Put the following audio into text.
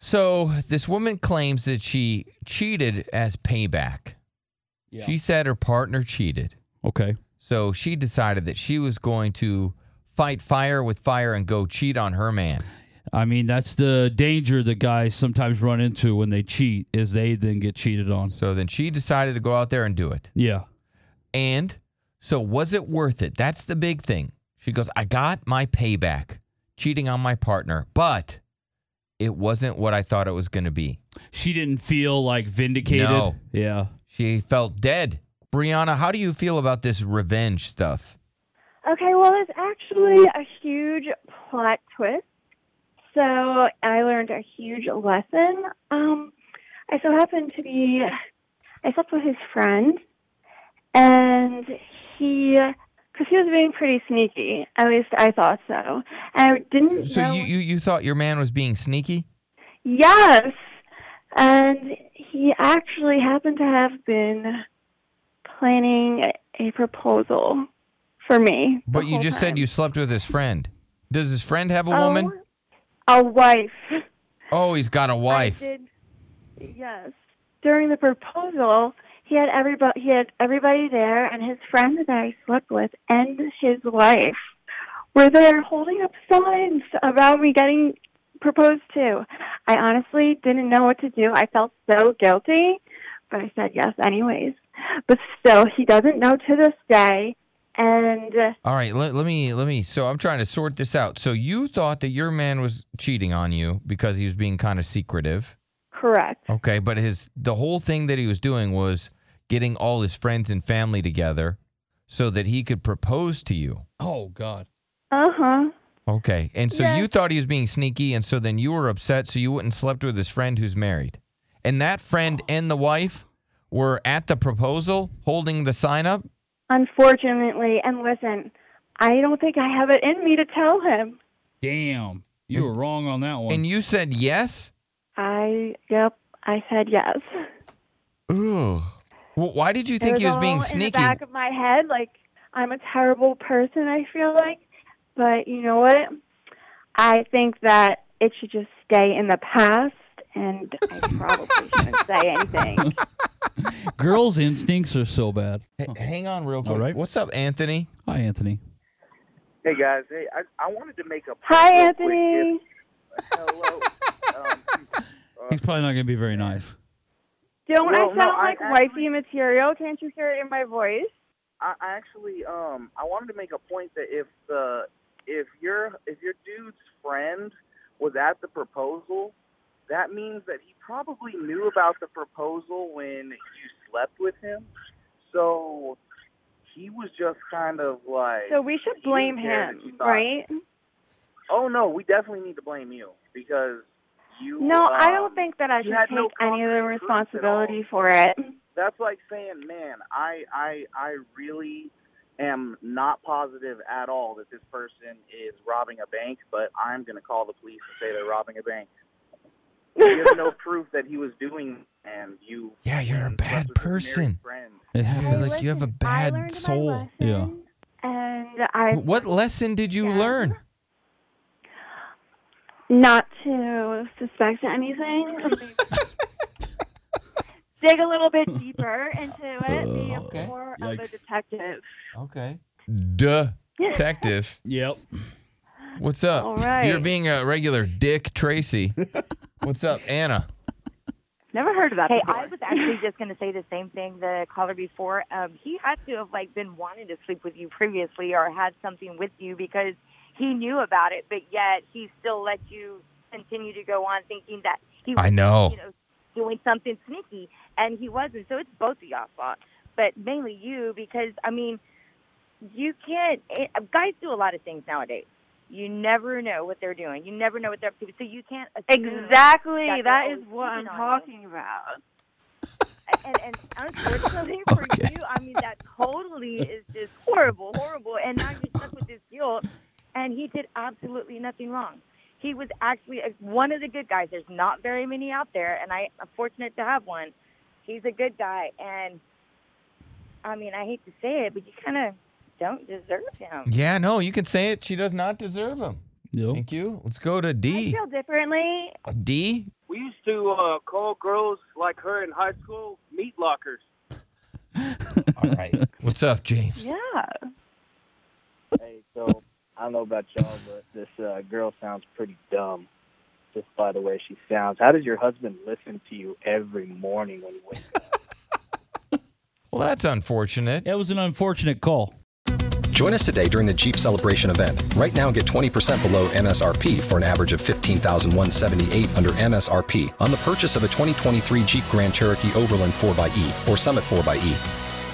So this woman claims that she cheated as payback. Yeah. She said her partner cheated. Okay. So she decided that she was going to fight fire with fire and go cheat on her man. I mean, that's the danger that guys sometimes run into when they cheat is they then get cheated on. So then she decided to go out there and do it. Yeah. And so was it worth it? That's the big thing. She goes, I got my payback cheating on my partner, but it wasn't what I thought it was going to be. She didn't feel like vindicated. No. Yeah. She felt dead. Brianna, how do you feel about this revenge stuff? Okay, well, it's actually a huge plot twist. So I learned a huge lesson. Um, I so happened to be, I slept with his friend, and he, because he was being pretty sneaky. At least I thought so. I didn't So know. you, you you thought your man was being sneaky? Yes. And he actually happened to have been planning a proposal for me. the But you whole just time. said you slept with his friend. Does his friend have a woman? Oh, a wife. Oh, he's got a wife. I did- yes. During the proposal, he had everybody he had everybody there and his friend that I slept with and his wife were there holding up signs about me getting proposed to. I honestly didn't know what to do. I felt so guilty, but I said yes anyways. But still, he doesn't know to this day and uh, All right, let, let me let me. So I'm trying to sort this out. So you thought that your man was cheating on you because he was being kind of secretive. correct. Okay, but his the whole thing that he was doing was getting all his friends and family together so that he could propose to you. Oh God. Uh-huh. Okay. And so Yes. you thought he was being sneaky and so then you were upset so you wouldn't slept with his friend who's married. And that friend Oh. and the wife were at the proposal holding the sign up. Unfortunately, and listen, I don't think I have it in me to tell him. Damn. You were wrong on that one. And you said yes? I, yep, I said yes. Ooh. Well, why did you think it he was all being in the sneaky? back of my head, like I'm a terrible person. I feel like, but you know what? I think that it should just stay in the past, and I probably shouldn't say anything. Girls' instincts are so bad. H- hang on real quick. All right. What's up, Anthony? Hi, Anthony. Hey guys, hey, I, I wanted to make a point Hi, real quick. Anthony. If- Hello. um, He's probably not gonna be very nice. Don't I Well, sound no, I like actually- wifey material? Can't you hear it in my voice? I, I actually um I wanted to make a point that if the if your if your dude's friend was at the proposal, that means that he probably knew about the proposal when you slept with him. So he was just kind of like So we should he didn't blame care that you him, thought- right? Oh no, we definitely need to blame you because you No, I um, don't think that I you should had take no any of the concrete proof at all. responsibility for it. that's like saying, man, I I I really am not positive at all that this person is robbing a bank, but I'm going to call the police and say they're robbing a bank. You have no proof that he was doing, and you. Yeah, you're a and bad slept with his person. married friend. It Hey, happens. like you have a listen, I bad learned my soul. lesson, Yeah. And I What lesson did you Yeah. learn? not to suspect anything. Dig a little bit deeper into it. Be Oh, Okay. more of a Yikes. detective. Okay. Duh. Detective. Yep. What's up? All right. You're being a regular Dick Tracy. What's up, Anna? Never heard of that. Hey, before. I was actually just going to say the same thing the caller before. Um, he had to have like been wanting to sleep with you previously or had something with you because he knew about it, but yet he still let you continue to go on thinking that he was, I know. you know, doing something sneaky, and he wasn't. So it's both of y'all's fault, but eh, mainly you because I mean, you can't. It, guys do a lot of things nowadays. You never know what they're doing. You never know what they're up to. So you can't assume Exactly. That's That always is what I'm cheating on you. talking about. and, and unfortunately for Okay. you, I mean, that totally is just horrible, horrible. And now you're stuck with this guilt. And he did absolutely nothing wrong. He was actually a, one of the good guys. There's not very many out there, and I, I'm fortunate to have one. He's a good guy, and I mean, I hate to say it, but you kind of don't deserve him. Yeah, no, you can say it. She does not deserve him. Nope. Thank you. Let's go to I D. feel differently. D. We used to uh, call girls like her in high school meat lockers. All right. What's up, James? Yeah. Hey, so I don't know about y'all, but this uh, girl sounds pretty dumb just by the way she sounds. How does your husband listen to you every morning when he wakes up? Well, that's unfortunate. That was an unfortunate call. Join us today during the Jeep Celebration event. Right now, get 20% below MSRP for an average of 15178 under MSRP on the purchase of a 2023 Jeep Grand Cherokee Overland 4xE or Summit 4xE.